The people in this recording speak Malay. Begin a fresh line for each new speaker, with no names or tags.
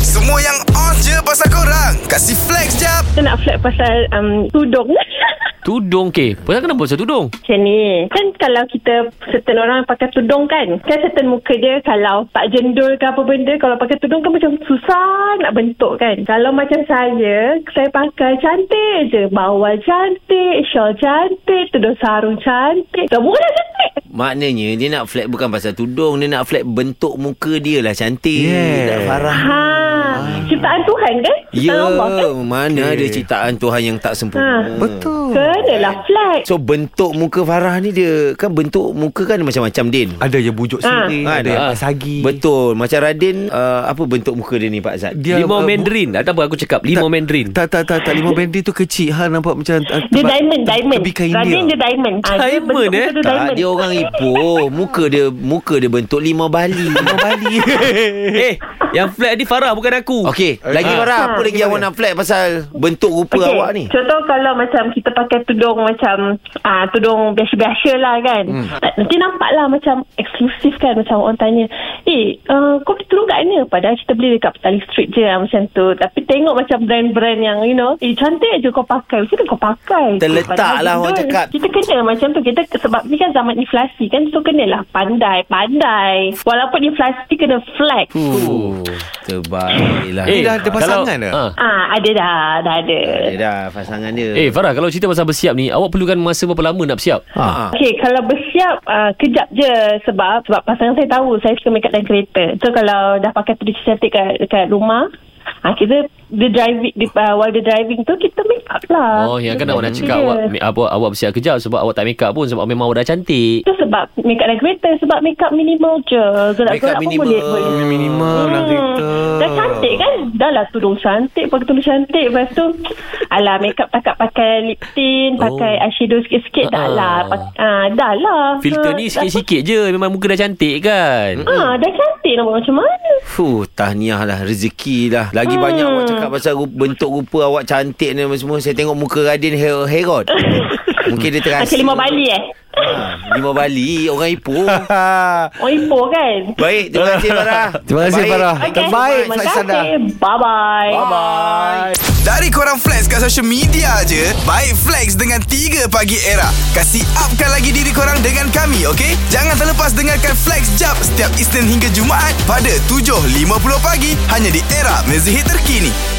Semua yang on je pasal korang Kasih flex jap
Kita nak flag pasal um, tudung.
Tudung ke? Pasal kenapa pasal tudung?
Macam ni. Kan kalau kita certain orang pakai tudung kan. Kan certain muka dia kalau tak jendul ke apa benda. Kalau pakai tudung kan macam susah nak bentuk kan. Kalau macam saya, saya pakai cantik je. Bawal cantik, shawl cantik, tudung sarung cantik. Semua dah cantik.
Maknanya dia nak flat bukan pasal tudung. Dia nak flat bentuk muka dia lah cantik. Nak
Yeah.
Farah.
Ha, ciptaan Tuhan kan?
Ya,
Ciptaan Allah kan?
mana ada ciptaan Tuhan yang tak sempurna.
Ha.
Betul.
Kenalah flag.
So bentuk muka Farah ni dia kan bentuk muka kan macam-macam Din.
Ada yang bujuk
Ah.
sirih,
Ah,
ada
ada.
yang pasagi.
Betul. Macam Radin uh, apa bentuk muka dia ni Pak Zat?
Dia,
limau
uh, bu-
mandarin Atau apa aku cakap Limau mandarin
Tak tak tak tak limau bandit tu kecil ha nampak macam ah,
Dia
tebak-
diamond, diamond.
tebi kain
Radin
dia.
dia diamond. Ah, dia
Diamond,
bentuk
eh?
muka dia
Tak, dia orang Ipoh. Muka dia muka dia bentuk lima Bali.
Limau Bali.
Eh Yang flat ni Farah bukan aku
Okey, lagi
Ah.
Farah, apa
Ah,
lagi yang awak
gimana?
nak flag pasal bentuk rupa okay. awak ni?
Contoh kalau macam kita pakai tudung macam ah tudung biasa-biasa lah kan. Hmm. Nanti nampak lah macam eksklusif kan. Macam orang tanya, eh uh, kau beli tudung kat mana? Padahal kita beli dekat Petali Street je lah macam tu. Tapi tengok macam brand-brand yang you know, eh cantik je kau pakai. Macam mana kau pakai?
Terletak
Padahal
lah orang
betul.
cakap.
Kita kena macam tu. Kita sebab ni kan zaman inflasi kan. So kenalah pandai-pandai. Walaupun inflasi kena flex.
Oh, terbaiklah.
Eh, dah ada pasangan dah?
ah.
Ah, ada dah, dah ada.
Dia dah pasangan dia.
Eh Farah kalau cerita pasal bersiap ni Awak perlukan masa berapa lama nak bersiap?
Ha.
Okey, kalau bersiap uh, kejap je sebab sebab pasangan saya tahu saya suka make up dalam kereta. So kalau dah pakai tudung cantik kat dekat rumah, ah kita dia driving dia, uh, while dia driving tu kita make up lah.
Oh yang kan awak nak
Dia-
cakap awak, ma- awak, awak bersiap kejap Sebab awak tak make up pun Sebab memang awak dah cantik
itu sebab make up dalam kereta sebab make up minimal je.
Make up
Gelap-gelap pun
minimal.
boleh. boleh.
Minimal lah kereta.
Hmm. Dah cantik kan? Dah lah tudung cantik, pakai tudung cantik. Lepas tu, alah make up pakai pakai lip tint, pakai eyeshadow sikit-sikit. Dah
Oh. Ah.
lah. Pak- Ah, dah lah.
Filter
Ah,
ni
dah-
sikit-sikit je Memang muka dah cantik kan
Hmm.
Ah, dah cantik nak buat macam mana?
Fuh, tahniah lah, rezeki lah. Lagi hmm. banyak awak cakap pasal rup, bentuk rupa awak cantik ni apa semua. Saya tengok muka Radin her- Herod. Mungkin dia terasa.
Macam lima Bali eh?
Ha, lima Bali, orang Ipoh.
Ha.
Orang Ipoh kan?
Baik, terima kasih Farah.
Terima kasih,
Baik.
Farah.
Okay,
Terbaik,
terima
Faizana.
kasih. Bye-bye.
Bye-bye.
Dari korang flex kat social media je Baik flex dengan 3 pagi era Kasih upkan lagi diri korang dengan kami okay? Jangan terlepas dengarkan flex jap Setiap Isnin hingga Jumaat Pada 7.50 pagi Hanya di era mezihit terkini